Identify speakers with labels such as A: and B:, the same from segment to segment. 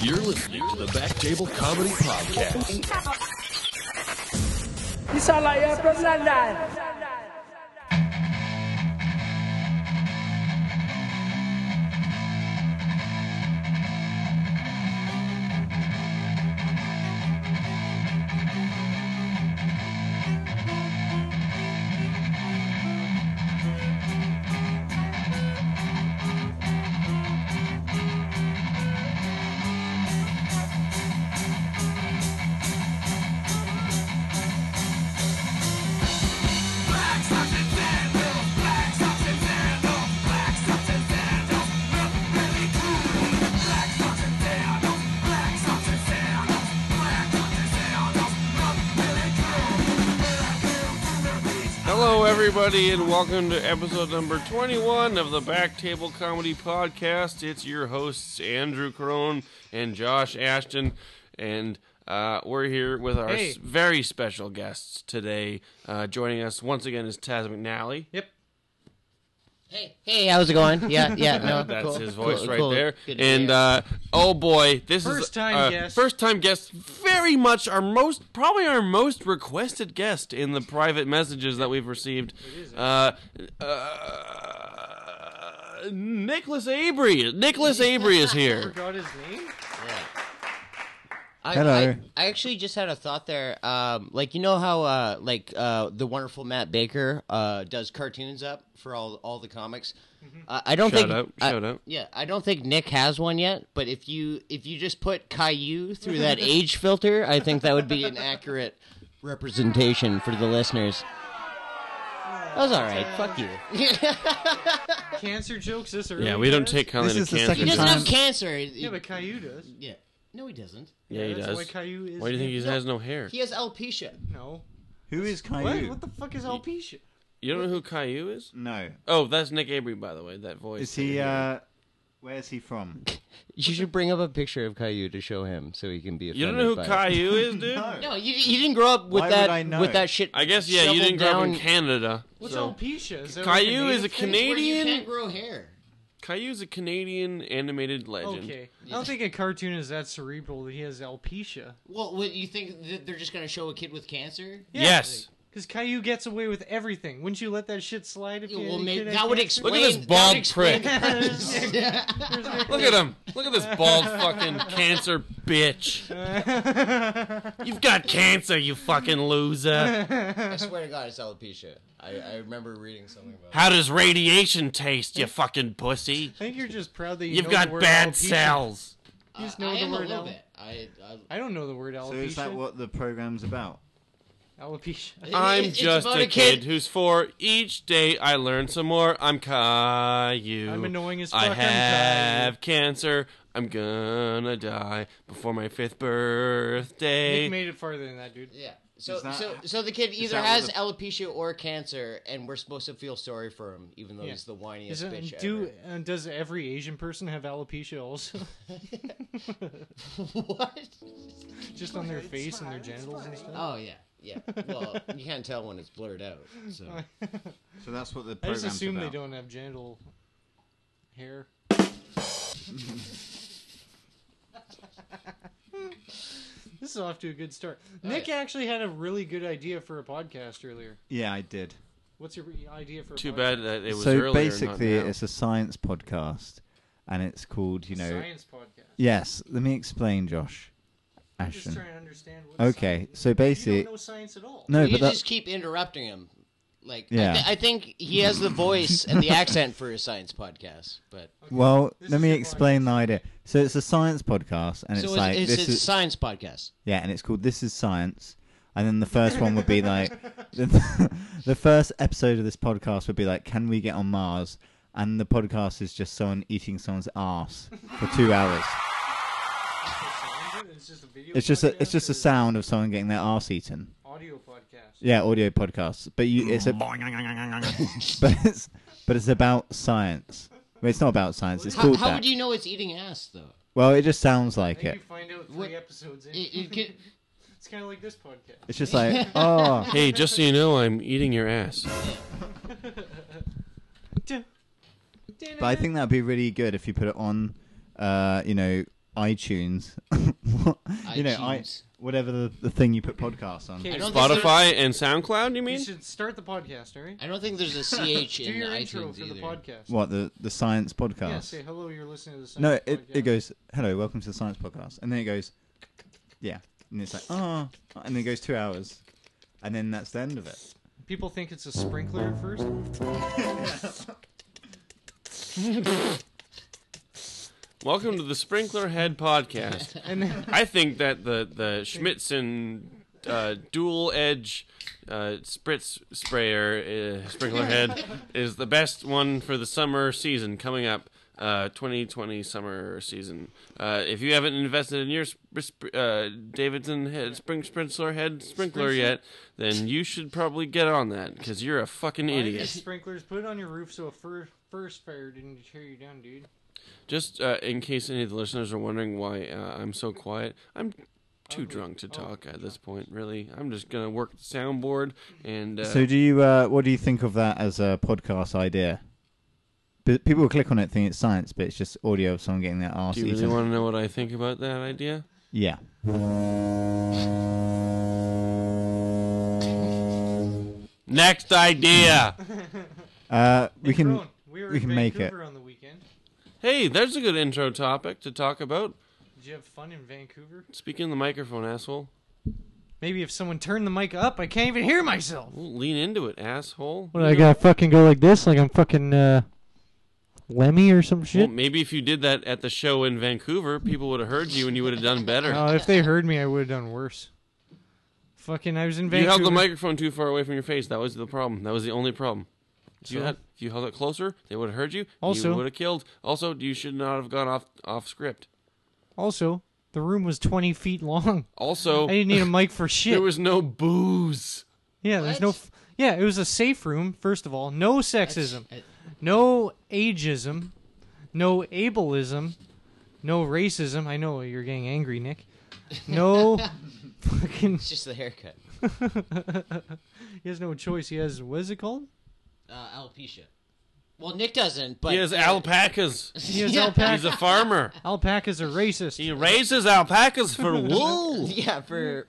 A: You're listening to the Back Table Comedy Podcast.
B: You sound like you're from London.
C: Hello, everybody, and welcome to episode number 21 of the Back Table Comedy Podcast. It's your hosts, Andrew Crone and Josh Ashton, and uh, we're here with our
D: Hey.
C: s- very special guests today. Uh, joining us once again is Taz McNally.
D: Yep.
E: Hey, hey, how's it going? Yeah, yeah, no,
C: That's
E: cool,
C: his voice
E: cool,
C: right
E: cool.
C: there.
E: Good to
C: and
E: hear.
C: uh, oh boy, this is
D: First time
C: uh,
D: guest.
C: First time guest, very much our most, probably our most requested guest in the private messages that we've received. Uh, uh, Nicholas Avery. Nicholas Avery is here.
D: Forgot his name?
E: I,
F: Hello.
E: I, I actually just had a thought there. Um, like you know how uh, like uh, the wonderful Matt Baker uh, does cartoons up for all all the comics. Uh, I don't
C: Mm-hmm. Shout
E: think
C: out,
E: I-
C: shout out.
E: Yeah, I don't think Nick has one yet. But if you if you just put Caillou through that age filter, I think that would be an accurate representation for the listeners. That was all right. Fuck you.
D: Cancer jokes this early?
C: Yeah, we don't
D: guys?
C: take comment
F: This
C: of
F: is the
C: cancer.
E: He
F: second
E: doesn't
F: time.
E: have cancer.
D: Yeah, but Caillou does.
E: yeah. No, he doesn't.
C: Yeah, he
D: That's
C: does.
D: why Caillou is.
C: Why do you think he
D: named-
C: has no hair?
E: He has alopecia.
D: No.
F: Who is
D: What?
F: Caillou?
D: What the fuck is alopecia?
C: You don't know who Caillou is?
F: No.
C: Oh, that's Nick Avery, by the way. That voice.
F: Is he, uh, where is he from?
E: You should bring up a picture of Caillou to show him so he can be
C: You
E: offended.
C: don't know who
E: by it.
C: Caillou is, dude?
E: No, you, you didn't grow up with
F: Why would I
E: that
F: know?
E: with that shit.
C: I guess yeah. You
E: shoveled
C: didn't grow up in
E: down.
C: Canada.
D: What's
C: so.
D: alopecia? Is that like
C: Caillou
D: native
C: is a
D: thing?
E: Where you can't
C: Canadian.
E: grow hair.
C: Caillou's a Canadian animated legend.
D: Okay. I don't think a cartoon is that cerebral that he has alopecia.
E: Well, what, you think that they're just gonna show a kid with cancer?
C: Yes.
D: Because Caillou gets away with everything. Wouldn't you let that shit slide if
E: Yeah,
D: you
E: well,
D: you
E: may-
D: could have
E: that would
D: cancer?
E: explain.
C: this
E: that
C: bald
E: would explain-
C: Look at him. Look at this bald fucking cancer bitch. You've got cancer, you fucking loser.
E: I swear to God, it's alopecia. I, I remember reading something about.
C: How does radiation taste, you fucking pussy?
D: I think you're just proud that you
C: You've
D: know the
C: got
D: word
C: bad
D: alopecia.
C: cells.
E: it.
D: just
E: I-
D: know
E: I
D: the
E: am a
D: word
E: little
D: al-
E: bit. I, I,
D: I don't know the word alopecia.
F: So is that what the program's about?
D: Alopecia.
C: I'm
E: it's
C: just
E: about
C: a
E: a
C: kid
E: kid.
C: who's four. Each day I learn some more. I'm Caillou.
D: I'm annoying as
C: I
D: fuck, I'm
C: have cancer. I'm gonna die before my fifth birthday.
D: Nick made it farther than that, dude.
E: yeah. So,
F: Is that-
E: so, so the kid either
F: that
E: has
F: what
E: alopecia or cancer, and we're supposed to feel sorry for him, even though he's the whiniest
D: Is it,
E: bitch
D: do
E: ever.
D: uh, does every Asian person have alopecia also?
E: What?
D: Just on their face and their genitals and stuff.
E: Oh yeah, yeah. Well, you can't tell when it's blurred out. So
F: So that's what the
D: I
F: program's
D: just assume
F: about.
D: they don't have genital hair. this is off to a good start. Nick
E: Oh, yeah.
D: actually had a really good idea for a podcast earlier.
F: Yeah, I did.
D: What's your idea for? A
C: Too
D: podcast?
C: bad that it was
F: So
C: earlier. not
F: basically,
C: now.
F: it's a science podcast, and it's called, you know.
D: Science podcast.
F: Yes, let me explain, Josh.
D: I'm just
F: Ashton.
D: trying to understand. What
F: Okay,
D: science-
F: so
D: You
F: basically.
D: don't know science at all.
F: No,
E: you
F: but that,
E: just keep interrupting him. Like, I,
F: Yeah.
E: thi- I think he has the voice and the accent for a science podcast. But
F: well,
D: This
F: let
D: is
F: me
D: your
F: explain the idea. So it's a science podcast, and
E: so
F: it's
E: it's,
F: like
E: it's,
F: this
E: it's
F: is
E: science podcast.
F: Yeah, and it's called This Is Science. And then the first one would be like, the, the first episode of this podcast would be like, Can we get on Mars? And the podcast is just someone eating someone's ass for two hours.
D: It's just a video.
F: It's just a, it's
D: podcast
F: just
D: or
F: the sound of someone getting their ass eaten.
D: audio podcast.
F: Yeah, audio podcasts, but you it's a but it's but it's about science. Well, it's not about science. It's
E: How,
F: called
E: how
F: that.
E: would you know it's eating ass though?
F: Well, it just sounds like
D: Maybe
F: it.
D: you find out three
E: What-
D: episodes in.
E: It, it could,
D: It's kind of like this podcast.
F: It's just like oh
C: Hey, just so you know, I'm eating your ass.
F: But I think that'd be really good if you put it on, uh, you know, iTunes. you know, I,
E: iTunes.
F: whatever the, the thing you put podcasts on.
D: Okay,
E: I don't think
C: Spotify and SoundCloud, you
D: You
C: mean?
D: should start the podcast, Harry.
E: I don't think there's a CH
D: Do
E: in
D: your intro
E: iTunes
D: for the
E: either.
D: podcast.
F: What the the science podcast?
D: Yeah, say hello. You're listening to the science
F: no, it, it
D: podcast."
F: goes hello, welcome to the science podcast, and then it goes, yeah, and it's like ah, and then it goes two hours, and then that's the end of it.
D: People think it's a sprinkler at first.
C: Welcome to the Sprinkler Head Podcast.
D: And then,
C: I think that the the Schmitzen uh, dual edge uh, spritz sprayer uh, sprinkler head is the best one for the summer season coming up. Uh, 2020 summer season. Uh, if you haven't invested in your sp- sp- uh, Davidson head spring sprinkler head sprinkler yet, then you should probably get on that because you're a fucking
D: Get
C: idiot.
D: sprinklers. Put it on your roof so a fir- first fire didn't tear you down, dude.
C: Just uh, in case any of the listeners are wondering why uh, I'm so quiet, I'm too drunk to talk at this point. Really, I'm just gonna work the soundboard and uh,
F: So do you? Uh, what do you think of that as a podcast idea? P- people will click on it, think it's science, but it's just audio of someone getting their arse
C: do you really
F: eaten.
C: want to know what I think about that idea?
F: yeah.
C: Next idea.
F: Uh, we
D: Hey,
F: can.
D: Crone, we were
F: we
D: in
F: can make it.
D: Vancouver on the weekend.
C: hey, there's a good intro topic to talk about.
D: Did you have fun in Vancouver?
C: Speak in the microphone, asshole.
D: Maybe if someone turned the mic up, I can't even hear myself.
C: Well, lean into it, asshole.
D: What I gotta fucking go like this, like I'm fucking uh, Lemmy or some
C: Well,
D: shit.
C: maybe if you did that at the show in Vancouver, people would have heard you and you would have done better.
D: Oh, if they heard me, I would have done worse. Fucking, I was in
C: you
D: Vancouver.
C: held the microphone too far away from your face. That was the problem. That was the only problem. If you,
D: So?
C: had, if you held it closer, they would have heard you.
D: Also-
C: you would have killed. Also, you should not have gone off off script.
D: Also, the room was 20 feet long.
C: Also,
D: I didn't need a mic for
C: there
D: shit.
C: was no booze.
D: yeah, there's no.
E: What?
D: F- yeah, it was a safe room. First of all, no sexism,
E: I-
D: no ageism, no ableism, no racism. I know you're getting angry, Nick. No fucking.
E: It's just the haircut.
D: He has no choice. He has what is it called?
E: Uh, alopecia. Well, Nick doesn't, but
C: He has alpacas.
D: He has
E: Yeah.
D: alpaca.
C: He's a farmer.
D: Alpacas are racist.
C: He raises alpacas for wool.
E: yeah, for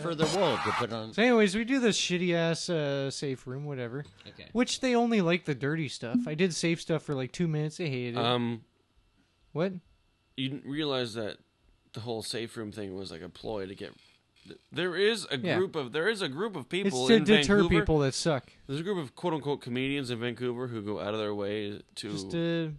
E: for the world to put on.
D: So, anyways, we do this shitty ass uh, safe room, whatever.
E: Okay.
D: Which they only like the dirty stuff. I did safe stuff for like two minutes. They hated it.
C: Um,
D: what?
C: you didn't realize that the whole safe room thing was like a ploy to get. There is a
D: Yeah.
C: group of there is a group of people
D: It's to
C: in
D: deter
C: Vancouver.
D: people that suck.
C: There's a group of quote unquote comedians in Vancouver who go out of their way to
D: Just to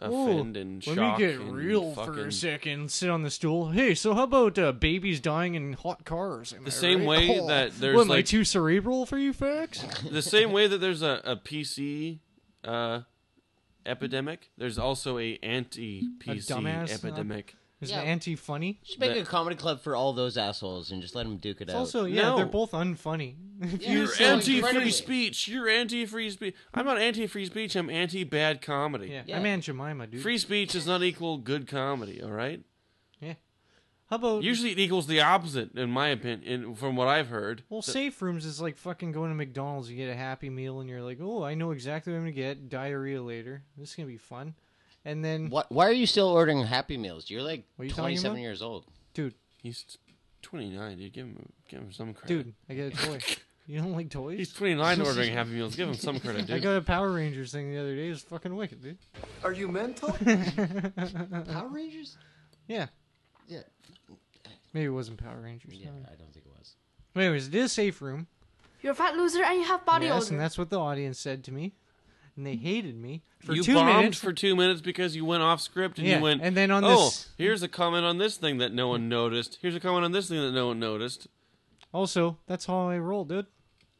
C: offend
D: Ooh,
C: and
D: let
C: shock.
D: me get
C: and
D: real
C: fucking...
D: for a second. Sit on the stool. Hey, so how about uh, babies dying in hot cars? Am I
C: same
D: right?
C: way
D: Oh,
C: that there's,
D: what, am I
C: like-
D: too cerebral for you, facts?
C: the same way that there's a, a PC uh, epidemic, there's also a anti
D: dumbass,
C: PC
D: uh,
C: epidemic.
D: Is
E: Yeah.
D: it anti-funny?
E: Just make
C: that-
E: a comedy club for all those assholes and just let them duke it
D: It's
E: out.
D: also yeah,
C: No.
D: they're both unfunny. If
E: Yeah,
D: you
E: you're
C: You're
E: so
D: say-
C: anti free
E: incredibly-
C: speech. You're anti free speech. I'm not anti free speech. I'm anti bad comedy.
D: yeah,
E: Yeah.
D: I'm Aunt Jemima, dude.
C: Free speech does not equal good comedy. All right.
D: Yeah. How about
C: Usually it equals the opposite, in my opinion, in- from what I've heard.
D: Well, safe rooms is like fucking going to McDonald's. You get a Happy Meal, and you're like, "Oh, I know exactly what I'm gonna get. Diarrhea later. This is gonna be fun." And then,
E: Why, why are you still ordering Happy Meals? You're like
D: What are you talking
E: 27
D: about?
E: years old.
D: dude,
C: He's 29, dude. Give him, give him some credit.
D: dude, I got a toy. you don't like
C: He's
D: toys?
C: 29 ordering Happy Meals. Give him some credit,
D: I
C: dude.
D: got a Power Rangers thing the other day. It was fucking wicked, dude.
G: Are you mental?
E: Power Rangers?
D: Yeah,
E: Yeah.
D: maybe it wasn't Power Rangers.
E: Yeah,
D: no.
E: I don't think it was.
D: But anyways, it is safe room.
H: You're a fat loser and you have body
D: Yes, and
H: odor.
D: that's what the audience said to me, and they hated me for
C: you
D: two
C: bombed
D: minutes.
C: for two minutes because you went off script and
D: Yeah,
C: you went.
D: and then on
C: oh,
D: this-
C: here's a comment on this thing that no one noticed. Here's a comment on this thing that no one noticed.
D: Also, that's how I roll, dude.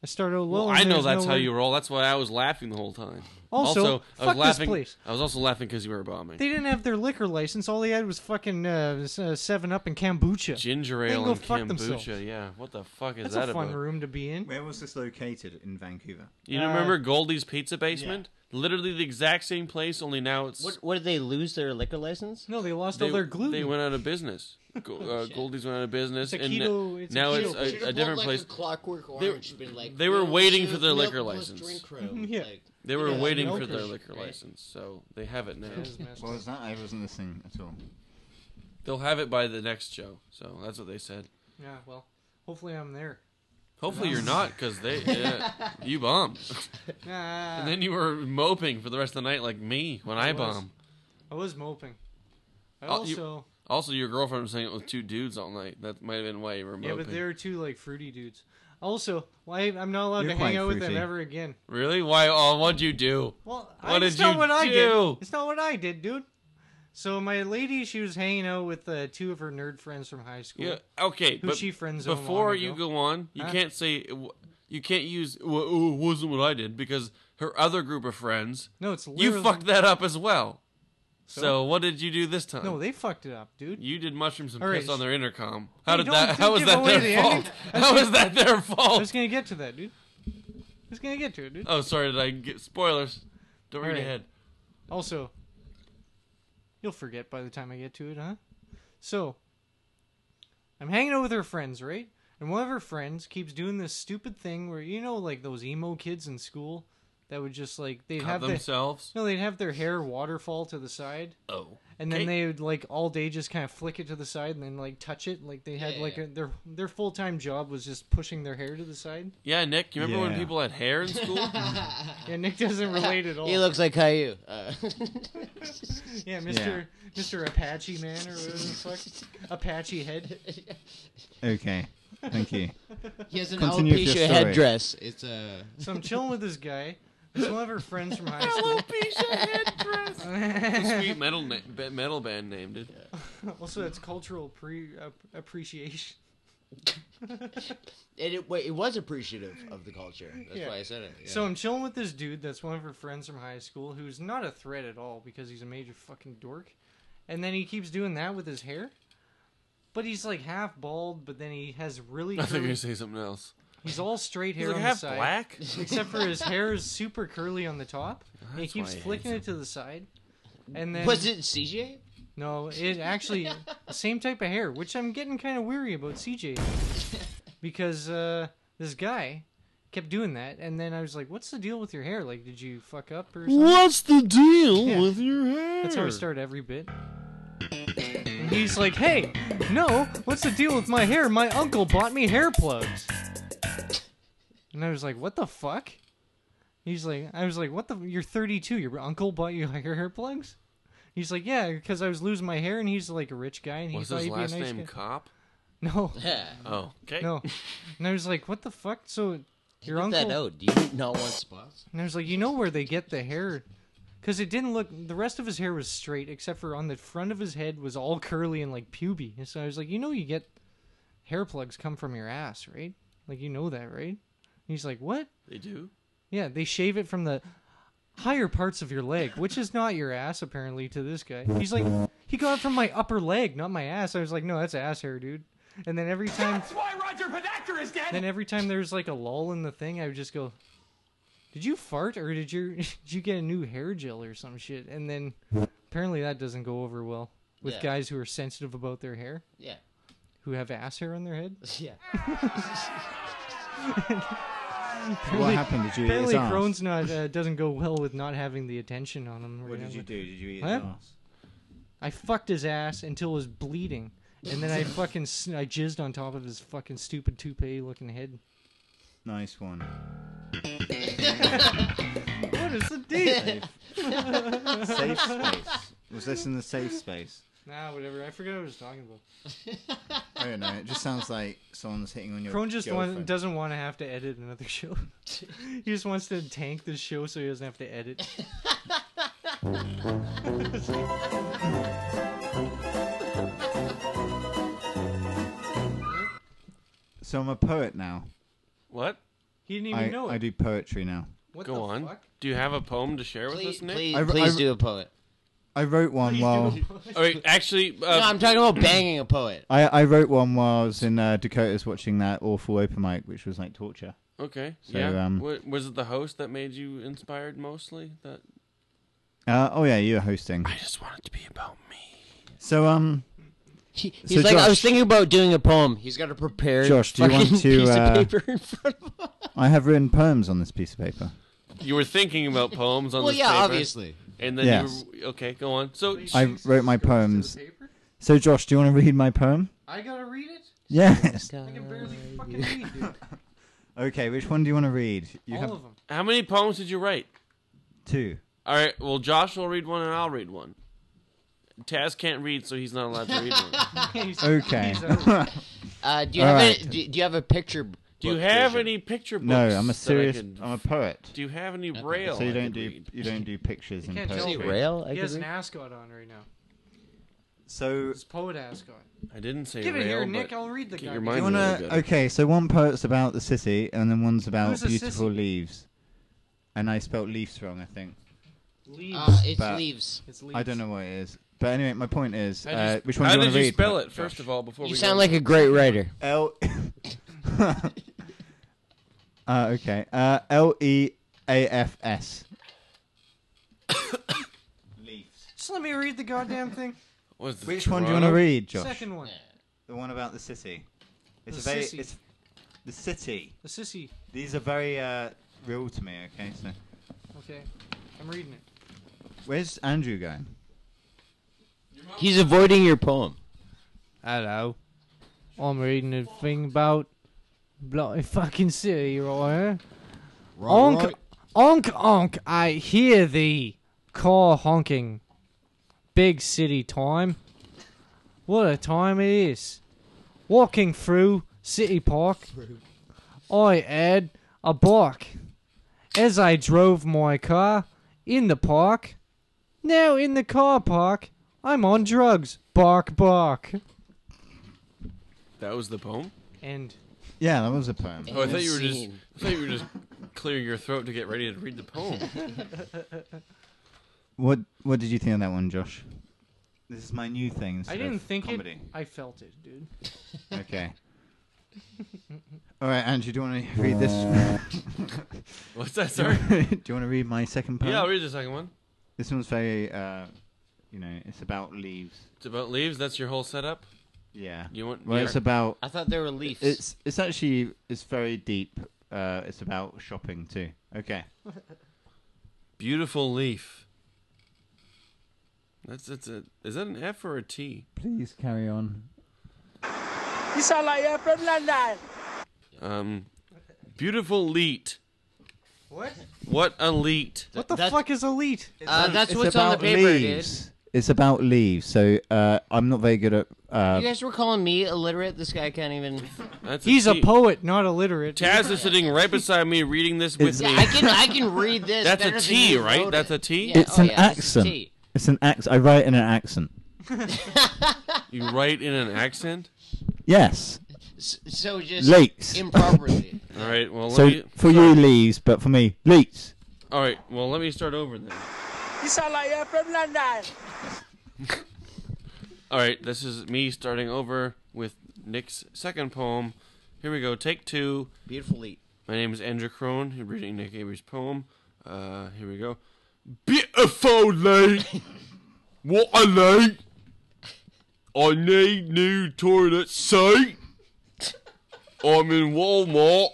D: I start out low.
C: Well,
D: and
C: I know
D: there's
C: that's
D: no
C: how
D: way-
C: you roll. That's why I was laughing the whole time.
D: Also,
C: I was
D: fuck this
C: laughing.
D: place.
C: I was also laughing because you were bombing.
D: They didn't have their liquor license. All they had was fucking uh, s- uh, Seven Up and kombucha.
C: Ginger
D: They can
C: ale
D: go
C: and
D: fuck
C: kombucha.
D: themselves.
C: Yeah, what the fuck is
D: That's
C: that
D: a fun
C: about?
D: room to be in.
F: Where was this located in Vancouver?
C: You
D: uh,
C: remember Goldie's Pizza Basement? Literally the exact same place, only now it's
E: What, what did they lose their liquor license?
D: No, they lost
C: they,
D: all their gluten. Oh,
C: they went out of business. Go, uh, Goldie's went out of business,
D: It's a
C: and
D: keto-
C: n-
D: it's a
C: now
D: keto
C: it's
D: place. Should've
C: a, a different place.
E: clockwork
C: Orange and been like, they were "Milk waiting for served their milk liquor plus license." drink
D: Yeah.
C: They were
D: Yeah,
C: waiting
D: milk
C: for their
D: is-
C: liquor
E: Right.
C: license, so they have it now.
D: That was messed
F: What
D: up.
F: was that? I wasn't listening at all.
C: They'll have it by the next show. So that's what they said.
D: Yeah, well, hopefully I'm there.
C: Hopefully you're not, because they yeah, you bombed,
D: Nah,
C: and then you were moping for the rest of the night like me when I,
D: I was.
C: bomb.
D: I was moping. I
C: Oh, you-
D: also
C: Also, your girlfriend was hanging out with two dudes all night. That might have been why you were moping.
D: yeah, but they were two like fruity dudes. Also, why I'm not allowed
F: You're
D: to hang
F: quite
D: out with
F: fruity.
D: them ever again.
C: really? Why? Oh, what'd you do?
D: Well,
C: What
D: it's
C: did
D: not
C: you
D: what I
C: do?
D: did. It's not what I did, dude. So my lady, she was hanging out with uh, two of her nerd friends from high school.
C: Yeah. Okay.
D: Who
C: but
D: she friend zoned
C: Before
D: long
C: you
D: ago.
C: go on, you
D: Huh?
C: can't say you can't use well, ooh, wasn't what I did because her other group of friends
D: No, it's literally,
C: you fucked that up as well. So,
D: So?
C: what did you do this time?
D: No, they fucked it up, dude.
C: you did mushrooms and
D: All right,
C: piss on
D: sh-
C: their intercom. How
D: Hey,
C: did
D: don't-
C: that?
D: don't
C: How was
D: give
C: that
D: away
C: their
D: the
C: fault?
D: ending.
C: How was that their fault?
D: I was gonna get to that, dude. I was gonna get to it, dude.
C: Oh, sorry. Did I get spoilers? Don't read
D: Alright.
C: ahead.
D: Also, you'll forget by the time I get to it, huh? So, I'm hanging out with her friends, right? And one of her friends keeps doing this stupid thing where you know, like those emo kids in school that would just like they'd
C: Cut
D: have their,
C: themselves.
D: no, they'd have their hair waterfall to the side,
C: Oh,
D: and then
C: Okay.
D: they would like all day just kind of flick it to the side and then like touch it, like they had
E: Yeah,
D: like
E: yeah.
D: A, their their full time job was just pushing their hair to the side.
C: yeah, Nick. You remember when
F: Yeah.
C: people had hair in school?
D: Yeah, Nick doesn't relate at all.
E: Ah. He looks like Caillou. Uh,
D: Yeah, Mister Mister Apache man or whatever the fuck, Apache head.
F: Okay. Thank you.
E: he has an
F: Continue with your
E: alopecia
F: story.
E: headdress. It's a.
D: So I'm chilling with this guy. It's one of her friends from high school.
C: Sweet metal na- ba- metal band named it.
D: also, that's cultural pre uh, appreciation.
E: It, it, wait, it was appreciative of the culture. That's
D: Yeah.
E: why I said it. yeah.
D: So I'm chilling with this dude that's one of her friends from high school who's not a threat at all because he's a major fucking dork. And then he keeps doing that with his hair. But he's like half bald, but then he has really
C: I think you
D: curly.
C: say something else.
D: He's all straight hair
C: He's like
D: on
C: half
D: the side.
C: black.
D: Except for his hair is super curly on the top. and he
C: That's why
D: keeps
C: I hate
D: flicking it to the side. And then
E: was it CJ?
D: No, it actually the same type of hair, which I'm getting kind of weary about CJ because uh, this guy kept doing that, and then I was like, "What's the deal with your hair? Like, did you fuck up or something?"
A: What's the deal
D: Yeah. with
A: your hair?
D: That's how
C: Hmm.
D: we start every bit. And he's like, "Hey, no, what's the deal with my hair? My uncle bought me hair plugs." And I was like, "What the fuck?" He's like, "I was like, what the? You're 32. Your uncle bought you hair plugs?" He's like, "Yeah, because I was losing my hair, and he's like a rich guy, and he
C: What's
D: thought
C: his
D: he'd
C: last
D: be a nice
C: name?
D: guy."
C: Cop.
D: No,
E: Yeah.
C: Oh, okay.
D: no. And I was like, "What the fuck?" So your
E: Get
D: uncle.
E: that out. Do you not want spots?
D: And I was like, you know where they get the hair? Because it didn't look. The rest of his hair was straight, except for on the front of his head was all curly and like puby. And so I was like, you know, you get hair plugs come from your ass, right? Like you know that, right? And he's like, what?
C: They do.
D: Yeah, they shave it from the higher parts of your leg, which is not your ass apparently to this guy. He's like, he got it from my upper leg, not my ass. I was like, no, that's ass hair, dude. And then every time,
B: why Roger Pedactor is dead.
D: then every time there's like a lull in the thing, I would just go, "Did you fart or did you did you get a new hair gel or some shit?" And then apparently that doesn't go over well with
E: Yeah.
D: guys who are sensitive about their hair,
E: Yeah.
D: who have ass hair on their head.
E: Yeah.
C: Ah.
F: What happened? Did you eat his
D: Apparently,
F: ass?
D: Crohn's not uh, doesn't go well with not having the attention on him.
F: What
D: right
F: did
D: now.
F: you do? Did you eat his
D: Huh?
F: ass?
D: I fucked his ass until it was bleeding, and then I fucking s- I jizzed on top of his fucking stupid toupee looking head.
F: Nice one.
D: What is the deal?
F: Safe space. Was this in the safe space?
D: nah, whatever. I forgot what I was talking about.
F: I don't know. It just sounds like someone's hitting on your.
D: Crone just want,
F: girlfriend.
D: doesn't want to have to edit another show. he just wants to tank this show so he doesn't have to edit.
F: So I'm a poet now.
C: What?
D: He didn't even
F: I,
D: know it.
F: I do poetry now.
D: What the
C: Go on.
D: fuck?
C: Do you have a poem to share with
E: Please,
C: us, Nick?
E: please,
F: I-
E: please
F: I-
E: do a poet.
F: I wrote one while
C: All right, actually,
E: No,
C: uh,
E: I'm talking about banging a poet.
F: I, I wrote one while I was in uh, Dakotas watching that awful open mic, which was like torture.
C: okay.
F: So,
C: yeah.
F: um,
C: Wa- was it the host that made you inspired mostly? That
F: Uh, oh yeah, you were hosting.
C: I just want it to be about me.
F: So um,
E: He- he's
F: So
E: like, I was
F: Josh-
E: thinking about doing a poem. He's got a prepared
F: Josh, do you
E: fucking
F: want to,
E: piece
F: uh,
E: of paper in front of him.
F: I have written poems on this piece of paper.
C: You were thinking about poems on
E: Well,
C: this
E: yeah,
C: paper,
E: obviously.
C: And then
F: Yes.
C: you were, okay, go on. So
F: I wrote my poems.
D: paper?
F: So, Josh, do you want to read my poem?
D: I gotta read it.
F: Yes.
D: I can barely fucking read. Dude.
F: Okay, which one do you want to read? You
D: All
F: have
D: of them.
C: How many poems did you write?
F: two.
C: All right. Well, Josh will read one, and I'll read one. Taz can't read, so he's not allowed to read one.
D: He's-
F: Okay.
D: he's over.
E: Uh, do you
F: All
E: have
F: right.
E: any, do, do you have a picture?
C: Do you
E: book
C: have
E: version?
C: any picture books?
F: no, I'm
C: that I
F: a serious.
C: could-
F: I'm a poet.
C: do you have any braille?
F: So you
C: I
F: don't
C: could
F: do
C: read?
F: you don't do pictures and
D: can't tell
E: Any
F: poetry.
D: me.
E: rail? I
D: He has
E: could
D: an
E: read?
D: ascot on right now.
F: So
D: It's poet ascot.
C: I didn't say
D: Give
C: rail.
D: it here,
C: but
D: Nick. I'll read the
C: get
D: guy.
C: your
F: you
C: mind
F: wanna?
C: really good.
F: okay, so one poet's about the city, and then one's about
D: Who's the
F: beautiful
D: sissy?
F: leaves. And I spelt leaves wrong, I think.
D: Leaves.
E: Uh, it's
F: But-
E: leaves.
D: it's leaves.
F: I don't know what it is. But anyway, my point is,
C: How did
F: uh,
C: you-
F: which one
C: How
F: do you
C: did
F: want to
C: you
F: read?
C: spell it? First of all, before
E: You
C: we
E: sound
C: go-
E: like a great writer.
F: L. E uh, okay. Uh, L E A F S.
D: Just let me read the goddamn thing.
C: What's this,
F: Which one do you want to
C: Toronto?
F: read, Josh?
D: Second one.
F: The one about the city. It's
D: The
F: a very.
D: sissy.
F: It's the city.
D: The sissy.
F: These are very uh, real to me. Okay, so
D: Okay. I'm reading it.
F: where's Andrew going?
E: He's avoiding your poem.
D: Hello. I'm reading a thing about bloody fucking city, right? Onk, onk, onk, I hear thee. Car honking. Big city time. What a time it is. Walking through City Park, I had a bark as I drove my car in the park. Now in the car park, I'm on drugs. Bark, bark.
C: That was the poem.
D: And
F: Yeah, that was a poem.
C: Oh, I thought you were just.
E: Insane.
C: I thought you were just clearing your throat to get ready to read the poem.
F: What What did you think of that one, Josh? This is my new thing.
D: I didn't think it. I felt it, dude.
F: Okay. All right, Andrew, do you want to read this?
C: What's that? Sorry.
F: do you want to read my second poem?
C: Yeah, I'll read the second one.
F: This one's very, uh, you know, it's about leaves.
C: It's about leaves. That's your whole setup.
F: Yeah.
C: You want?
F: Well,
C: yeah.
F: it's about.
E: I thought there were leaves.
F: It's it's actually it's very deep. Uh, it's about shopping too. Okay.
C: Beautiful leaf. That's that's a. Is that an F or a T?
F: Please carry on.
C: Um, beautiful leet.
D: What?
C: What a leet.
D: What the
E: That's-
D: fuck is elite?
E: uh, that's what's on the paper,
F: leaves. It's about leaves. So uh, I'm not very good at. Uh,
E: dude. You guys were calling me illiterate. This guy can't even.
C: That's
D: He's a
C: T.
D: poet, not illiterate.
C: Taz is sitting right beside me reading this with
F: It's-
E: Yeah,
C: me.
E: I can I can read this.
C: That's a
E: better than
C: T,
E: you
C: right?
E: wrote
C: That's
E: it.
C: a T?
E: Yeah,
F: It's
E: oh
F: an
E: yeah, this is a
F: accent.
E: T.
F: it's an accent. I write in an accent.
C: You write in an accent.
F: Yes.
E: S- So just
F: Lakes.
E: improperly.
C: All right. Well, let
F: So
C: me.
F: for you leaves, but for me leaves.
C: All right. Well, let me start over then. All right. This is me starting over with Nick's second poem. Here we go. Take two.
E: Beautiful leaf.
C: My name is Andrew Crone. I'm reading Nick Avery's poem. Uh, here we go. Beautiful lake. what a lake. I need new toilet seat. I'm in Walmart.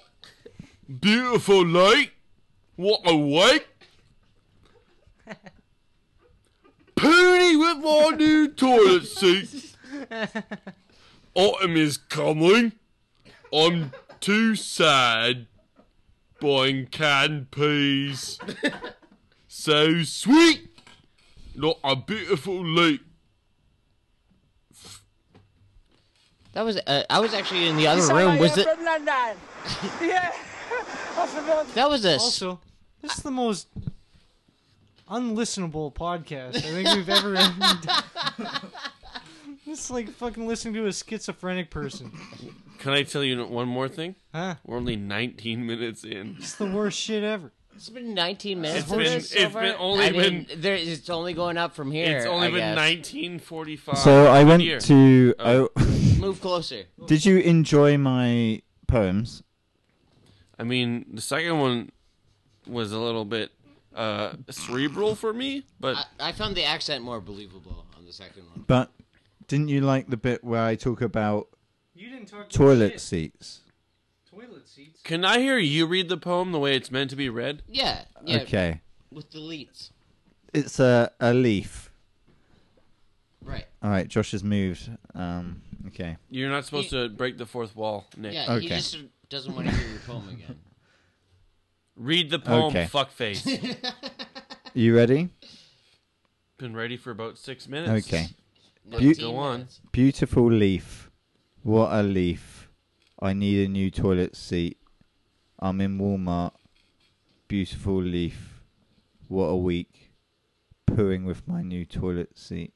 C: Beautiful lake. What a wake. Poonie with my new toilet seat. Autumn is coming. I'm too sad buying canned peas. so sweet! Not a beautiful leap.
E: That was uh, I was actually in the other
C: "Oh,
E: room. Was it? That was a s-
D: Also, this is the most unlistenable podcast I think we've ever done. It's like fucking listening to a schizophrenic person.
C: Can I tell you one more thing?
D: Huh?
C: We're only 19 minutes in.
D: It's the worst shit ever.
E: It's been 19 minutes.
C: It's
E: of
C: been-
E: this so
C: it's
E: far?
C: been only
E: I mean,
C: been-
E: there, it's only going up from here.
C: It's only
E: I
C: been
E: guess.
C: 1945.
F: So I went
C: Year.
F: to.
C: Oh.
F: Oh,
E: Move closer.
F: did you enjoy my poems?
C: I mean, the second one was a little bit uh, cerebral for me, but
E: I, I found the accent more believable on the second one.
F: But didn't you like the bit where I talk about
D: You didn't talk
F: toilet seats?
D: Toilet seats.
C: can I hear you read the poem the way it's meant to be read?
E: Yeah. yeah
F: Okay.
E: With the leads.
F: It's a, a leaf.
E: Right.
F: All right, Josh has moved. Um, okay.
C: You're not supposed to break the fourth wall, Nick.
E: Yeah, he
F: Okay.
E: just doesn't want to hear your poem again.
C: Read the poem,
F: Okay.
C: fuckface.
F: You ready?
C: Been ready for about six minutes.
F: Okay.
E: Nineteen
C: Go on.
E: minutes.
F: Beautiful leaf. What a leaf. I need a new toilet seat. I'm in Walmart. Beautiful leaf. What a week. Pooing with my new toilet seat.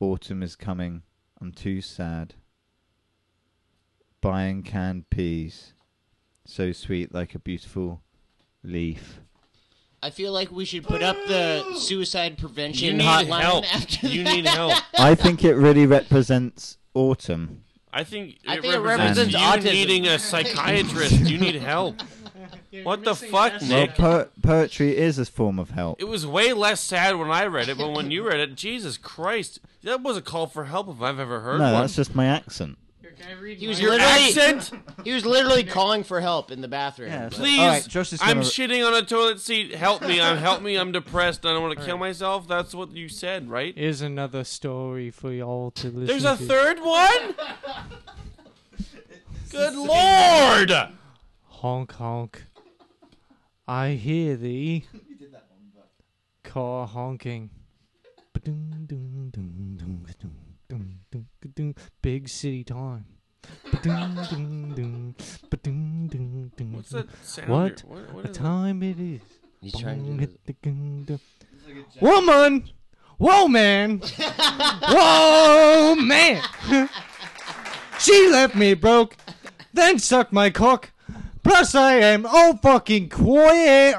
F: Autumn is coming. I'm too sad. Buying canned peas. So sweet like a beautiful leaf.
E: I feel like we should put up the suicide
C: You
E: prevention
C: need
E: hotline
C: help.
E: after
C: You
E: that.
C: need help.
F: I think it really represents autumn.
C: I think it
E: I think it
C: represents,
F: represents
C: you
E: autism.
C: needing a psychiatrist. you need help. What the fuck,
F: Well,
C: Nick?
F: po- poetry is a form of help.
C: It was way less sad when I read it, but when you read it, Jesus Christ, that was a call for help if I've ever heard
F: No,
C: one.
F: that's just my accent.
E: He was
C: Your
E: literally
C: accent?
E: he was literally calling for help in the bathroom.
C: Please,
F: All right, Josh is
C: I'm
F: gonna-
C: shitting on a toilet seat. Help me! I'm help me! I'm depressed. I don't want to kill myself. That's what you said, right?
D: Is another story for y'all to listen
C: There's a
D: to.
C: third one. Good lord!
D: Honk honk. I hear thee. Car honking. Ba-dum, dum, dum, dum, dum, dum, dum, dum. Big city time. Ba-dum, dum, dum. Ba-dum, dum, dum,
C: What's
D: dum.
C: that sound?
D: What?
C: you're- What, what
D: A
C: is
D: time it is.
E: He's trying to do
D: Woman! Whoa, man! Whoa, man! she left me broke, then sucked my cock. Plus, I am all fucking quiet.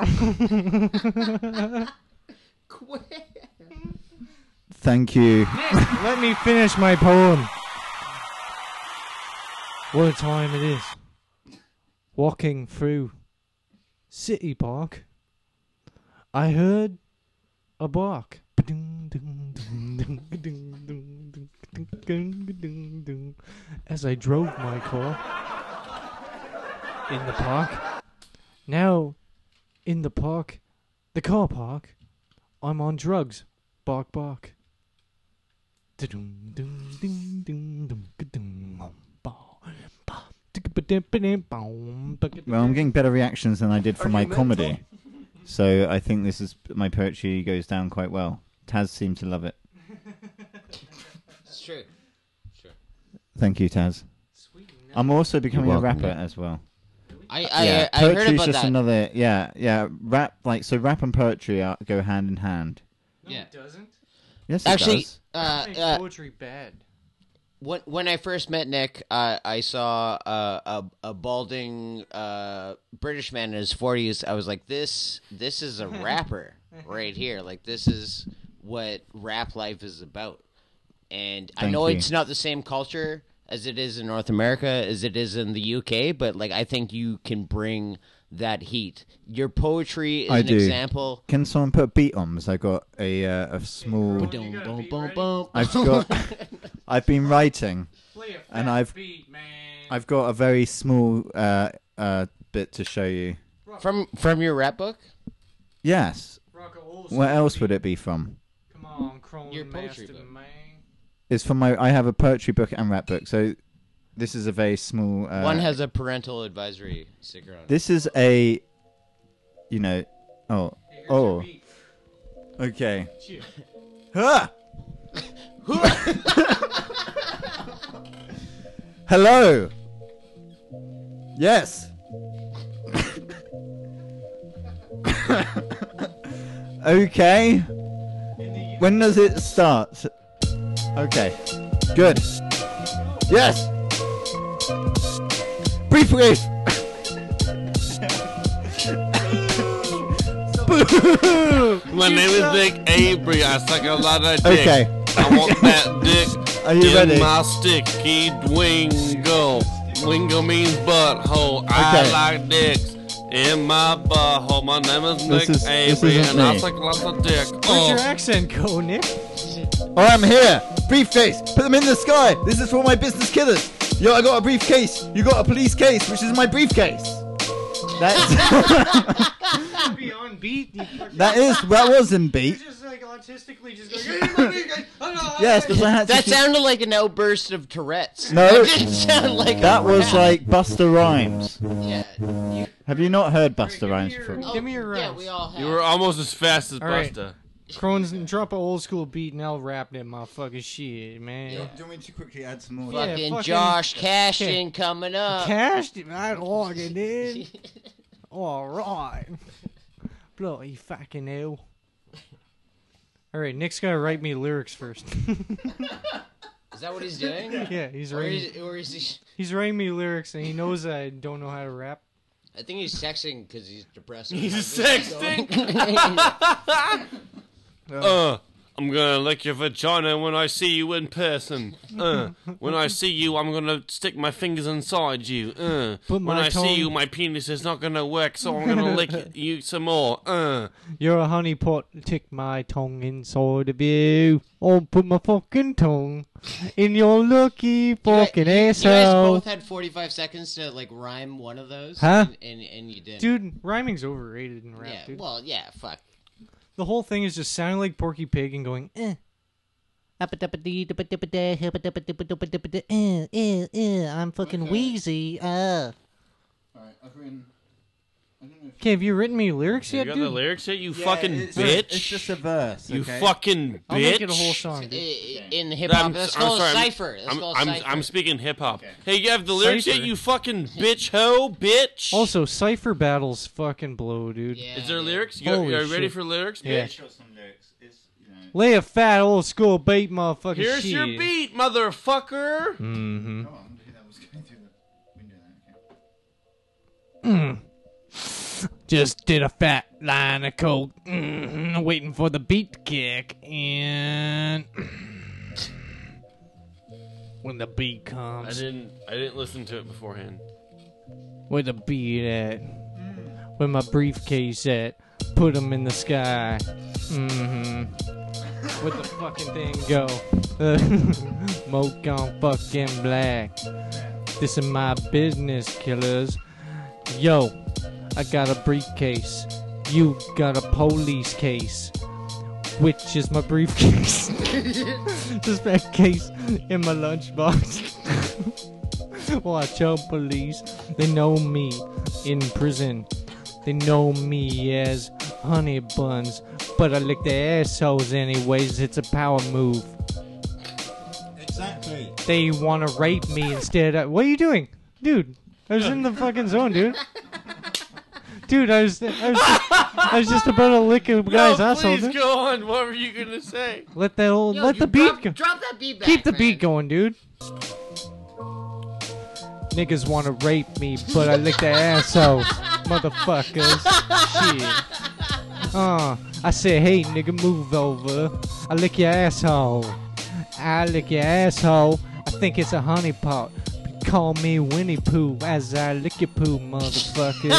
F: Thank you.
D: Let me finish my poem. What a time it is. Walking through City Park, I heard a bark. As I drove my car in the park. Now, in the park, the car park, I'm on drugs. Bark, bark. Well,
F: Well,
D: um,
F: I'm getting better reactions than I did for my comedy. So I think this is my poetry goes down quite well. Taz seemed to love it.
E: It's true.
F: Thank you, Taz. I'm also becoming a rapper as well.
E: I I,
F: yeah,
E: Oh, I, I
F: poetry
E: heard
F: is
E: about
F: just
E: that.
F: another. Yeah, yeah. Rap like so. Rap and poetry are, go hand in hand.
E: yeah.
D: doesn't.
F: Yes, it
E: Actually,
F: does.
E: uh, uh,
D: poetry bad.
E: when when I first met Nick, uh, I saw uh, a a balding uh, British man in his forties. I was like, this this is a rapper right here. Like this is what rap life is about. And I
F: Thank
E: know
F: you.
E: it's not the same culture as it is in North America as it is in the UK, but like I think you can bring that heat. Your poetry is
F: I
E: an
F: do.
E: example.
F: Can someone put a beat on? Because I got a uh, a small.
E: Dum, bum, bum, bum.
F: I've got. I've been writing. And I've- I've got a very small uh, uh, bit to show you.
E: From from your rap book?
F: Yes. Where else would it be from?
D: Come on, Cronin
E: Your poetry
D: Master,
E: book.
D: man.
F: It's from my. I have a poetry book and rap book. So this is a very small. Uh,
E: One has a parental advisory sticker on it.
F: This is a. You know. Oh. Oh. Okay. Huh. Hello. Yes. okay. When does it start? Okay. Good. Yes. Brief, brief.
C: My name is Nick Avery. I suck a lot of dick.
F: Okay.
C: I want that dick.
F: Are you
C: in
F: ready?
C: my sticky wingo. Wingo means butthole. I
F: Okay.
C: like dicks in my butthole. My name is
F: This
C: Nick
F: is- this
C: Avery,
F: isn't
C: and I
F: me.
C: suck lots of dick.
D: Where's
C: Oh.
D: your accent go, Nick?
F: Oh, I'm here. Briefcase. Put them in the sky. This is for my business killers. Yo, I got a briefcase. You got a police case, which is my briefcase. That's.
D: on beat. You
F: That is that was in beat.
D: just like autistically just going, "Hey, my knee, I- oh, no,
F: Yes, because I had to
E: That
F: keep-
E: sounded like an outburst of Tourette's.
F: No.
E: That didn't sound like
F: That
E: a
F: was
E: rap.
F: like Buster Rhymes.
E: Yeah. You-
F: Have you not heard Buster
D: give me
F: Rhymes
D: your-
F: before?
E: oh,
D: Give me your
E: Yeah,
D: raps.
E: we all have.
C: You were almost as fast as
D: All right.
C: Busta.
D: Crohn's drop a old school beat and I'll rap that motherfucking shit, man.
F: want me to quickly add some more?
D: Yeah,
E: fucking
D: fucking-
E: Josh Cashin coming
D: Uh,
E: up.
D: Cashed it, man. Logging in. All right. Bloody fucking hell. All right, Nick's got to write me lyrics first.
E: Is that what he's doing?
D: yeah, he's
E: Or is,
D: writing.
E: or is he?
D: He's writing me lyrics, and he knows I don't know how to rap.
E: I think he's sexting because he's depressed.
C: He's sexting. uh, I'm gonna lick your vagina when I see you in person. Uh, when I see you, I'm gonna stick my fingers inside you. Uh,
D: Put
C: when
D: my
C: I see
D: tongue-
C: you, my penis is not gonna work, so I'm gonna lick you some more. Uh,
D: You're a honeypot. Tick my tongue inside of you. I'll put my fucking tongue in your lucky fucking
E: you, guys- You guys
D: asshole.
E: both had 45 seconds to like rhyme one of those,
D: Huh?
E: And and, and you did.
D: Dude, rhyming's overrated in rap,
E: yeah.
D: dude.
E: Well, yeah. Fuck.
D: The whole thing is just sounding like Porky Pig and going, eh. I'm fucking wheezy. Uh. Okay, have you written me lyrics
C: you
D: yet,
C: got
D: dude?
C: the lyrics yet, you fucking bitch.
F: It's just a verse.
C: you
F: okay?
C: fucking bitch.
D: I'll make it a whole song,
E: I-
D: dude.
E: I- In hip
C: I'm,
E: hop, let's
C: I'm
E: call it
C: sorry, I'm-
E: cipher. Let's
C: I'm,
E: call it
C: I'm,
E: cipher.
C: I'm speaking hip hop. Hey, you have the lyrics
D: Cipher.
C: yet, you fucking bitch hoe, bitch.
D: Also, Cypher Battles fucking blow, dude.
E: Yeah,
C: is there
E: dude.
C: lyrics? You,
D: Holy
C: are you ready
D: shit.
C: for lyrics,
D: Yeah.
C: bitch?
D: Lay a fat old school beat, motherfucker.
C: Here's
D: shit.
C: your beat, motherfucker.
D: Mm. Just did a fat line of coke, mm, waiting for the beat to kick, and when the beat
C: I
D: comes,
C: didn't. I didn't listen to it beforehand.
D: where the beat at, where my briefcase at, put 'em in the sky, mm-hmm. where the fucking thing go, smoke on fucking black, this is my business, killers, yo, I got a briefcase. You got a police case. Which is my briefcase. Just that case in my lunchbox. Watch out, police. They know me in prison. They know me as honey buns. But I lick their assholes anyways. It's a power move.
F: Exactly.
D: They want to rape me instead. Of, what are you doing? Dude, I was in the fucking zone, dude. Dude, I was, I was, just, I was just about to lick a guy's
C: no,
D: asshole.
C: please
D: dude.
C: go on. What were you gonna say?
D: Let the old,
E: Yo,
D: let
E: you
D: the beat
E: drop,
D: go.
E: Drop that beat back.
D: Keep the
E: man.
D: beat going, dude. Niggas wanna rape me, but I lick their assholes, motherfuckers. Shit. Uh, I said, hey nigga, move over. I lick your asshole. I lick your asshole. I think it's a honeypot. Call me Winnie Pooh as I lick your poo, motherfucker.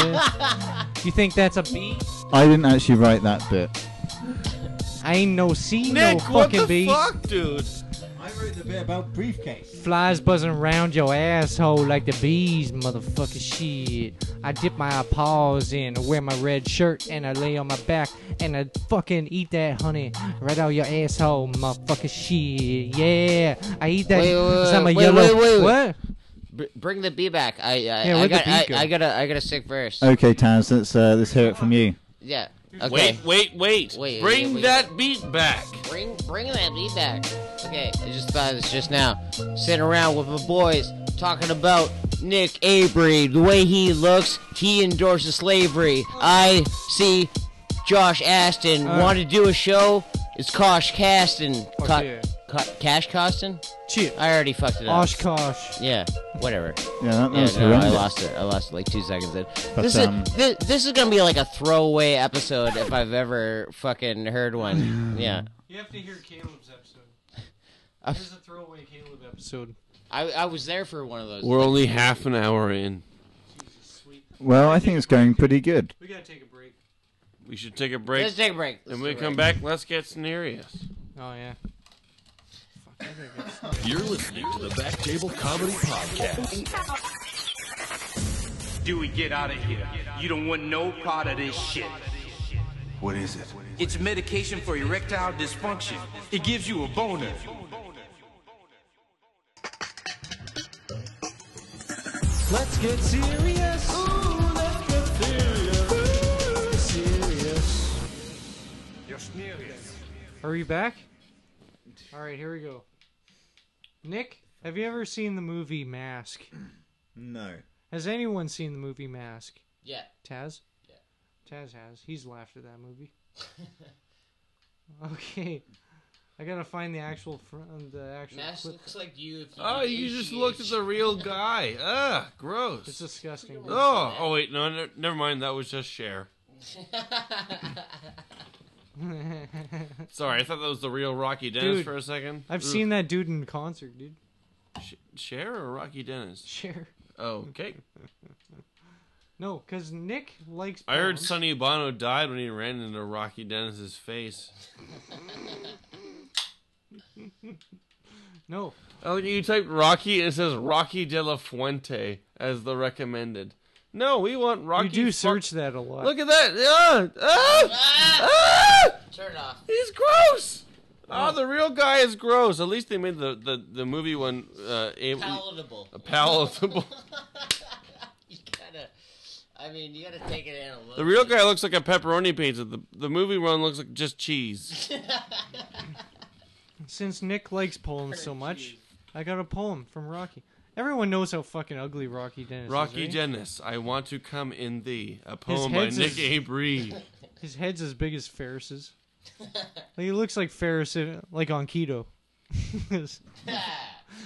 D: you think that's a beat?
F: I didn't actually write that bit.
D: I ain't no see no
C: Nick,
D: fucking
C: what the
D: beat.
C: fuck, dude?
F: I wrote the bit about briefcase.
D: Flies buzzing around your asshole like the bees, motherfucker shit. I dip my paws in, I wear my red shirt, and I lay on my back, and I fucking eat that honey right out your asshole, motherfucker shit. Yeah, I eat that.
E: Wait, wait,
D: 'cause I'm a
E: wait,
D: yellow.
E: wait, wait, wait.
D: What?
E: Br- bring the beat back. I I, I,
D: where'd the
E: got,
D: beat go?
E: I, I got a I got a sick verse.
F: Okay, Towns, let's uh, let's hear it from you.
E: Yeah. Okay.
C: Wait, wait, wait.
E: Wait,
C: Bring
E: wait, wait.
C: that beat back.
E: Bring bring that beat back. Okay, I just thought of this just now. Sitting around with my boys talking about Nick Avery, the way he looks, he endorses slavery. I see Josh Aston
D: Uh.
E: want to do a show. It's Kosh Caston. Co-
D: yeah.
E: Co- Cash Costin?
D: Shit.
E: I already fucked it up.
D: Oshkosh.
E: yeah, whatever.
F: Yeah, that, that
E: Yeah,
F: was
E: no, I
F: horrendous.
E: lost it. I lost it like two seconds in.
F: But,
E: this,
F: um,
E: is, this, this is gonna be like a throwaway episode if I've ever fucking heard one. Yeah.
D: You have to hear Caleb's episode.
E: I-
D: a throwaway Caleb episode.
E: I, I was there for one of those.
C: We're only half an hour in.
F: Well, I think it's going pretty good.
D: We gotta take a break.
C: We should take a
E: Let's
C: break.
E: take a break.
C: And when we come back, let's get serious.
D: Oh, yeah.
A: You're listening to the Back Table Comedy Podcast.
B: Do we get out of here? You don't want no part of this shit.
G: What is it? It's a medication for erectile dysfunction. It gives you a boner.
A: Let's get serious. let's get serious. serious.
D: Are you back? All right, here we go. Nick, have you ever seen the movie Mask?
F: No.
D: Has anyone seen the movie Mask?
E: Yeah.
D: Taz? Yeah. Taz has. He's laughed at that movie. okay. I gotta find the actual front, the actual
E: Mask
D: clip.
E: looks like you. If you
C: Oh,
E: did
C: you just
E: ACH.
C: looked at the real guy. Ugh, gross.
D: It's disgusting.
C: oh, oh wait, no, ne- never mind. That was just Cher. Sorry, I thought that was the real Rocky Dennis
D: Dude,
C: for a second.
D: I've
C: Ugh.
D: seen that dude in concert, dude.
C: Sh- Cher or Rocky Dennis?
D: Sure.
C: Oh, okay.
D: No, because Nick likes.
C: I heard
D: poems.
C: Sonny Bono died when he ran into Rocky Dennis's face.
D: No,
C: Oh, you typed Rocky and it says Rocky De La Fuente as the recommended. No, we want Rocky.
D: you do
C: fuck-
D: search that a lot.
C: Look at that! Ah, ah, ah!
E: Turn it off.
C: He's gross. Ah, the real guy is gross. At least they made the the, the movie one uh, able,
E: Palatable.
C: palatable.
E: You gotta. I mean, you gotta take it in a little.
C: The real guy looks like a pepperoni pizza. The the movie one looks like just cheese.
D: Since Nick likes poems so much, I got a poem from Rocky. Everyone knows how fucking ugly Rocky Dennis is.
C: Rocky
D: right?
C: Dennis, I want to come in thee. A poem by
D: head's
C: Nick
D: is-
C: Avery.
D: His head's as big as Ferris's. Like, he looks like Ferris, uh, like on keto. his,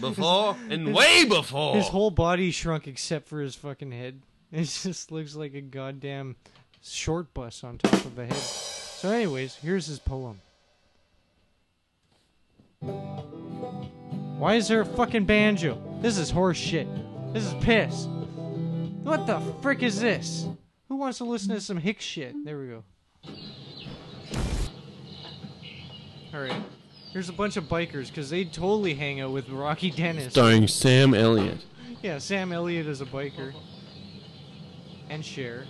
C: Before and way before.
D: his whole body shrunk except for his fucking head. It just looks like a goddamn short bus on top of a head. So, anyways, here's his poem. Why is there a fucking banjo? This is horse shit. This is piss. What the frick is this? Who wants to listen to some hick shit? There we go. Alright. Here's a bunch of bikers because they totally hang out with Rocky Dennis.
C: starring Sam Elliott.
D: Yeah, Sam Elliott is a biker. And Cher.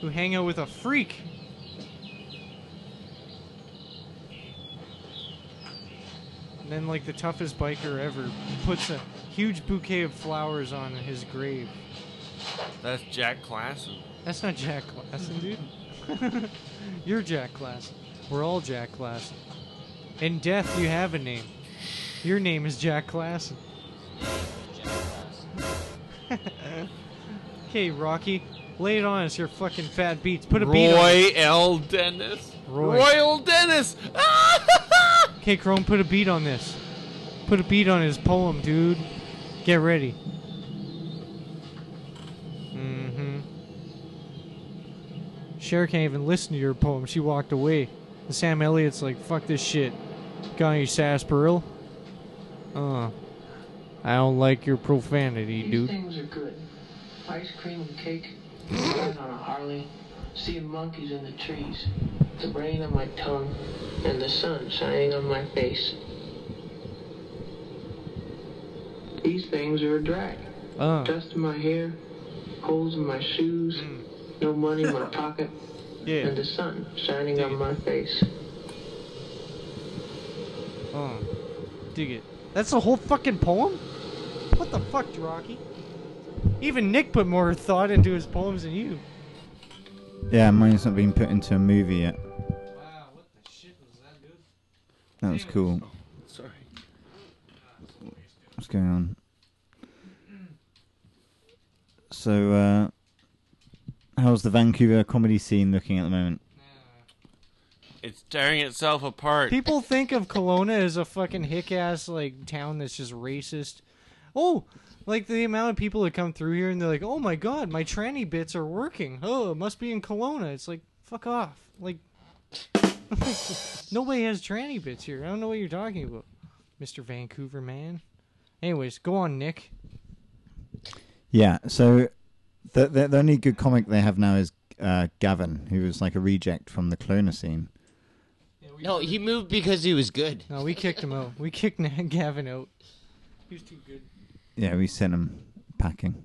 D: Who hang out with a freak. And then, like, the toughest biker ever puts a huge bouquet of flowers on his grave.
C: That's Jack Klassen.
D: That's not Jack Klassen, dude. You're Jack Klassen. We're all Jack Klassen. In death, you have a name. Your name is Jack Klassen. okay, Rocky, lay it on us. Your fucking fat beats. Put a beat on. it.
C: Roy L. Dennis.
D: Roy.
C: Royal Dennis. Ah!
D: Okay, Chrome, put a beat on this. Put a beat on his poem, dude. Get ready. Mm-hmm. Cher can't even listen to your poem. She walked away. And Sam Elliott's like, fuck this shit. Got any sarsaparilla? Uh. I don't like your profanity,
I: These
D: dude.
I: things are good. Ice cream and cake, riding on a Harley, seeing monkeys in the trees, the rain on my tongue, and the sun shining on my face. These things are a drag.
D: Uh.
I: Dust in my hair, holes in my shoes, no money in my pocket,
D: Mm. Yeah.
I: and the sun shining on my face.
D: Uh. Dig it. That's the whole fucking poem? What the fuck, Rocky? Even Nick put more thought into his poems than you.
F: Yeah, mine's not been put into a movie yet.
D: Wow, what the shit was that, dude?
F: That was cool.
C: Sorry.
F: What's going on? So, uh, how's the Vancouver comedy scene looking at the moment?
C: It's tearing itself apart.
D: People think of Kelowna as a fucking hick ass like town that's just racist. Oh, like the amount of people that come through here and they're like, "Oh my god, my tranny bits are working." Oh, it must be in Kelowna. It's like, fuck off. Like, nobody has tranny bits here. I don't know what you're talking about, Mister Vancouver man. Anyways, go on, Nick.
F: Yeah, so the, the the only good comic they have now is uh, Gavin, who was like a reject from the Kelowna scene.
E: No, he moved because he was good.
D: No, we kicked him out. We kicked Gavin out. He was too good.
F: Yeah, we sent him packing.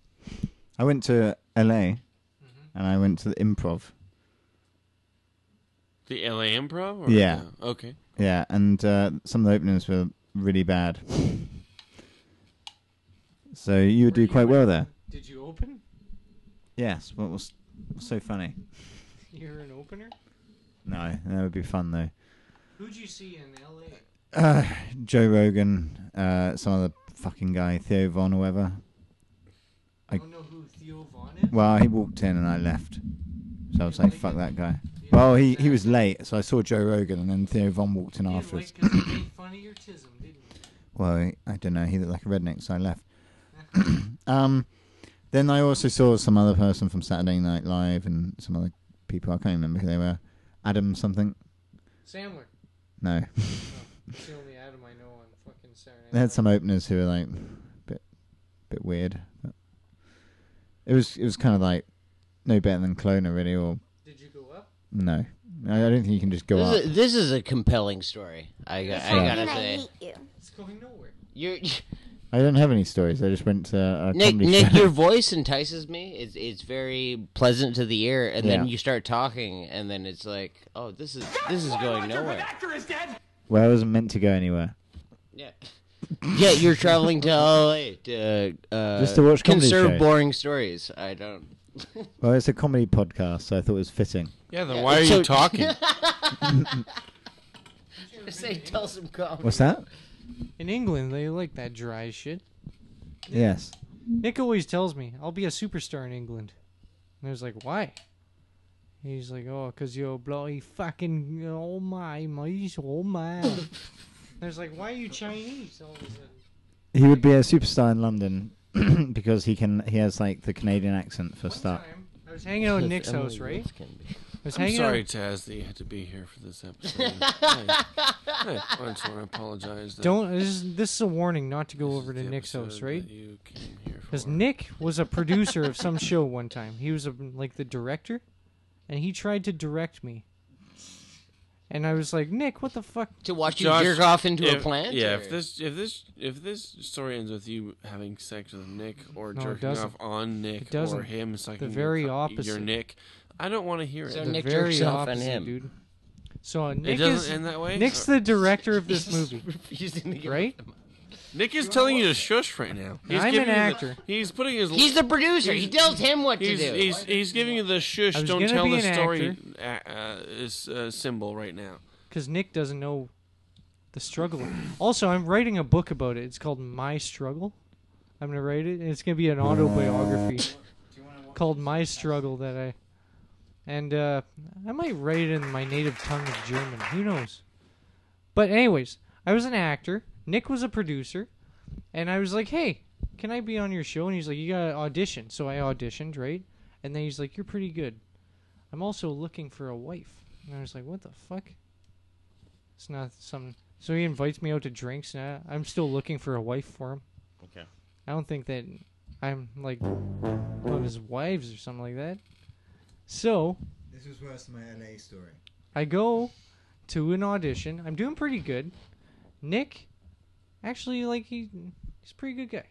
F: I went to LA, and I went to the Improv,
C: The LA Improv? Or
F: Yeah.
C: no? Okay.
F: Yeah, and uh, some of the openings were really bad. So you would do quite well there.
D: Did you open?
F: Yes, what was what's so funny?
D: You're an opener.
F: No, that would be fun though.
D: Who'd you see in L.A.?
F: Uh, Joe Rogan, uh, some other fucking guy, Theo Von or whatever.
D: I
F: I-
D: don't know who Theo Vaughn is.
F: Well, he walked in and I left. So I was like, fuck that guy. Well, he, he was late, so I saw Joe Rogan and then Theo Von walked in
D: You didn't
F: afterwards.
D: like 'cause he made fun of your tism, didn't you?
F: Well, I- I don't know. He looked like a redneck, so I left. um, then I also saw some other person from Saturday Night Live and some other people. I can't remember who they were. Adam something.
D: Sandler.
F: No,
D: It's the only Adam I know on fucking Saturday.
F: they
D: Night.
F: had some openers who were like a bit, bit weird. But it was it was kind of like no better than Cloner really, or
D: Did you go up?
F: no. I I don't think you can just go
E: This
F: up.
E: is, a, this is a compelling story. I, got- I gotta say,
D: It's going nowhere.
E: you're,
F: I don't have any stories. I just went to a
E: Nick,
F: comedy
E: Nick,
F: show.
E: your voice entices me. It's it's very pleasant to the ear, and then
F: Yeah.
E: you start talking, and then it's like, oh, this is this is
B: Why
E: going
B: Roger
E: nowhere.
B: Redactor is dead.
F: Well, I wasn't meant to go anywhere.
E: Yeah. yeah, you're traveling to LA to uh,
F: Just to watch comedy
E: conserve
F: shows.
E: boring stories. I don't.
F: Well, it's a comedy podcast, so I thought it was fitting.
C: Yeah, then why are you
E: so-
C: talking?
E: Say, tell some comedy.
F: What's that?
D: In England, they like that dry shit.
F: Yes.
D: Nick always tells me, I'll be a superstar in England. And I was like, why? He's like, oh, 'cause you're bloody fucking, oh my, my, oh my. And I was like, why are you Chinese all of a sudden?
F: He would be a superstar in London because he can. He has like the Canadian accent for
D: One
C: Uh,
F: start.
D: time, I was hanging out at Nick's house, right? I was
C: I'm
D: hanging
C: sorry,
D: out.
C: Taz, that you had to be here for this episode. I, I, I just want to apologize. That
D: Don't, this is, this is a warning not to go over to
C: the
D: Nick's house,
C: episode
D: right?
C: that You came here
D: Because
C: for.
D: Nick was a producer of some show one time. He was a, like the director, and he tried to direct me. And I was like, Nick, what the fuck?
E: To watch you
C: Josh,
E: jerk off into a
C: if-
E: plant?
C: Yeah,
E: or-
C: if this if this if this story ends with you having sex with Nick or
D: No, it
C: jerking
D: doesn't.
C: off on Nick
D: doesn't.
C: or him sucking
D: very
C: your, co- your
D: opposite.
C: Nick, I don't want to hear it.
E: So
D: The
E: Nick
D: very
E: jerks off on
D: opposite,
E: him.
D: dude. So uh,
C: it
D: Nick
C: doesn't
D: is
C: end that way.
D: Nick's
C: So-
D: the director of this
E: He's just
D: movie,
E: refusing to give
D: right?
C: Nick is telling you to shush right now. He's
D: I'm
C: giving
D: an
C: you the-
D: actor.
C: he's putting his.
E: He's the producer. He tells him what to
C: He's,
E: do.
C: he's, he's giving you the shush.
D: I was
C: Don't
D: gonna
C: tell
D: be
C: the
D: an
C: story uh, uh, is, uh, symbol right now.
D: Because Nick doesn't know the struggle. Also, I'm writing a book about it. It's called My Struggle. I'm gonna write it, and it's gonna be an autobiography called My Struggle that I. And uh, I might write it in my native tongue of German. Who knows? But anyways, I was an actor. Nick was a producer, and I was like, "Hey, can I be on your show?" And he's like, "You gotta audition." So I auditioned, right? And then he's like, "You're pretty good. I'm also looking for a wife." And I was like, "What the fuck?" It's not some. So he invites me out to drinks, and I, I'm still looking for a wife for him.
E: Okay.
D: I don't think that I'm like one of his wives or something like that. So
F: This was worse than my LA story.
D: I go to an audition. I'm doing pretty good. Nick, actually, like he, he's a pretty good guy.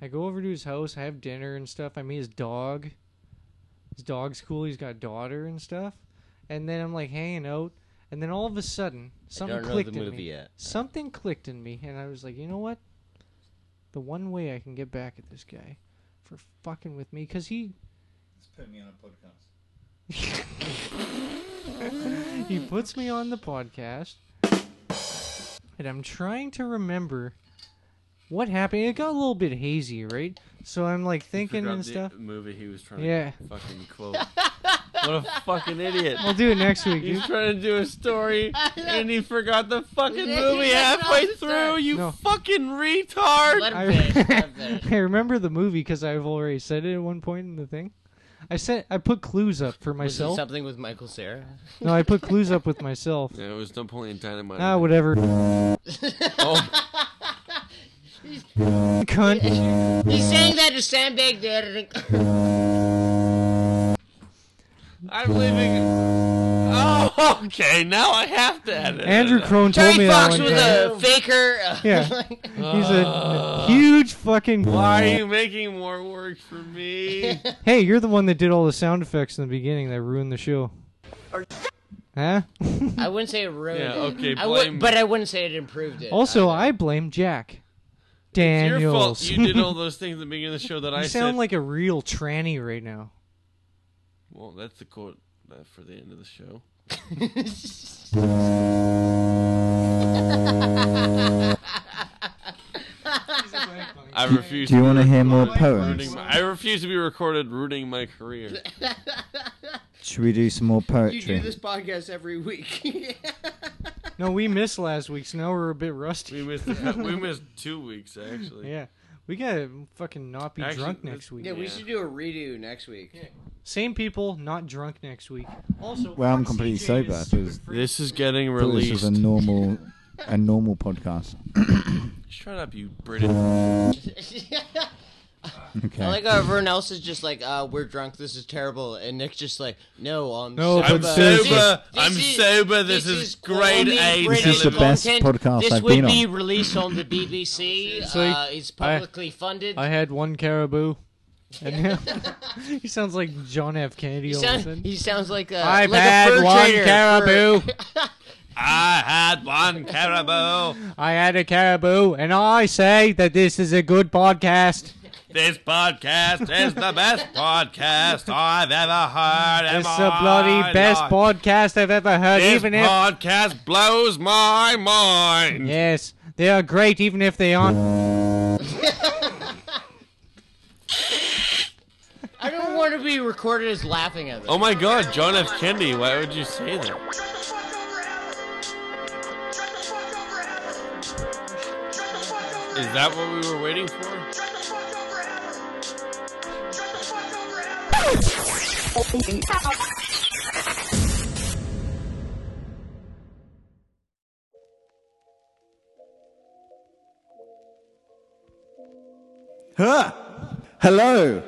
D: I go over to his house. I have dinner and stuff. I meet his dog. His dog's cool. He's got a daughter and stuff. And then I'm like hanging out. And then all of a sudden, something
E: don't know the
D: clicked in
E: movie
D: me.
E: yet.
D: Something clicked in me, and I was like, you know what? The one way I can get back at this guy for fucking with me, because he
F: It's putting me on a podcast.
D: he puts me on the podcast and i'm trying to remember what happened it got a little bit hazy right so i'm like thinking and stuff
C: movie he was trying
D: to Yeah.
C: to fucking quote. what a fucking idiot.
D: i'll do it next week dude.
C: He's trying to do a story and he forgot the fucking
E: Yeah,
C: movie
E: he left it
C: halfway
E: off the
C: through.
E: start.
C: You
D: No.
C: fucking retard.
E: Let
D: I,
E: him finish. Let him finish.
D: I remember the movie because i've already said it at one point in the thing i said i put clues up for
E: Was it
D: myself
E: something with Michael Sarah?
D: no i put clues up with myself
C: Yeah, it was Napoleon Dynamite.
D: ah whatever
C: oh,
D: cunt
E: He's saying that to sandbag the editing.
C: I'm leaving. Oh, okay. Now I have to edit. it
D: andrew
C: out.
D: crone told me
E: Terry
D: that
E: Fox
D: one
E: was
D: time.
E: a faker.
D: yeah he's a huge fucking
C: Why are you making more work for me?
D: Hey, you're the one that did all the sound effects in the beginning that ruined the show. Huh?
E: I wouldn't say it ruined
C: Yeah,
E: it.
C: okay,
E: I would-
C: blame-
E: but I wouldn't say it improved it.
D: Also, I blame Jack.
C: It's your fault.
D: Daniels.
C: You did all those things at the beginning of the show that I
D: You
C: said.
D: sound like a real tranny right now.
C: well, that's the quote uh, for the end of the show. I refuse.
F: Do you
C: to
F: want to hear more
C: ruining
F: poems?
C: my, I refuse to be recorded ruining my career.
F: Should we do some more
E: you do
F: poetry?
E: this podcast every week.
D: No, we missed last week, so now we're a bit rusty.
C: We missed. the- we missed two weeks actually.
D: Yeah. We gotta fucking not be
C: Actually,
D: drunk
C: that's-
D: next week.
E: yeah, we should do a redo next week.
D: Same people, not drunk next week. Also,
F: Well, I'm completely sober. I thought it was-
C: This is getting
F: thought this
C: released.
F: was a normal, a normal podcast.
C: Shut up, you Britain.
E: I
F: Okay.
E: like how everyone else is just like, uh, we're drunk, this is terrible, and Nick's just like, no, I'm
D: No,
E: sober.
C: I'm
D: but seriously-
C: sober.
E: This
C: I'm
E: is-
C: sober. This, is, grade
E: only
C: A.
E: British
F: This is the
C: television.
F: best
E: content.
F: podcast
E: This
F: I've
E: would
F: been
E: be
F: on.
E: released on the BBC.
D: like,
E: uh, it's publicly funded.
D: I had one caribou. And now he sounds like John F. Kennedy
E: he,
D: all
E: sound-
D: of a sudden.
E: he sounds like a,
D: I've
E: like a
D: had
E: fur
D: one
E: trader.
D: caribou.
C: I had one caribou.
D: I had a caribou, and I say that this is a good podcast.
C: This podcast is the best podcast I've ever heard. in
D: It's the
C: my
D: bloody best
C: life.
D: podcast I've ever heard.
C: This
D: even if
C: podcast blows my mind.
D: yes, they are great, even if they aren't.
E: I don't want to be recorded as laughing at this.
C: Oh my God, John F. Kennedy! Why would you say that? Is that what we were waiting for?
F: Huh. Hello.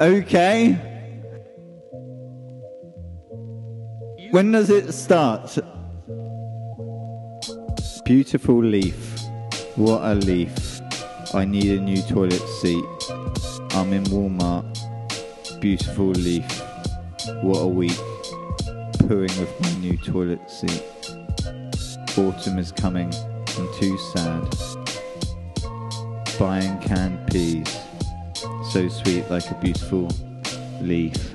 F: Okay. When does it start? Beautiful leaf. What a leaf. I need a new toilet seat. I'm in Walmart. Beautiful leaf. What a week. Pooing with my new toilet seat. Autumn is coming. I'm too sad. Buying canned peas. So sweet like a beautiful leaf.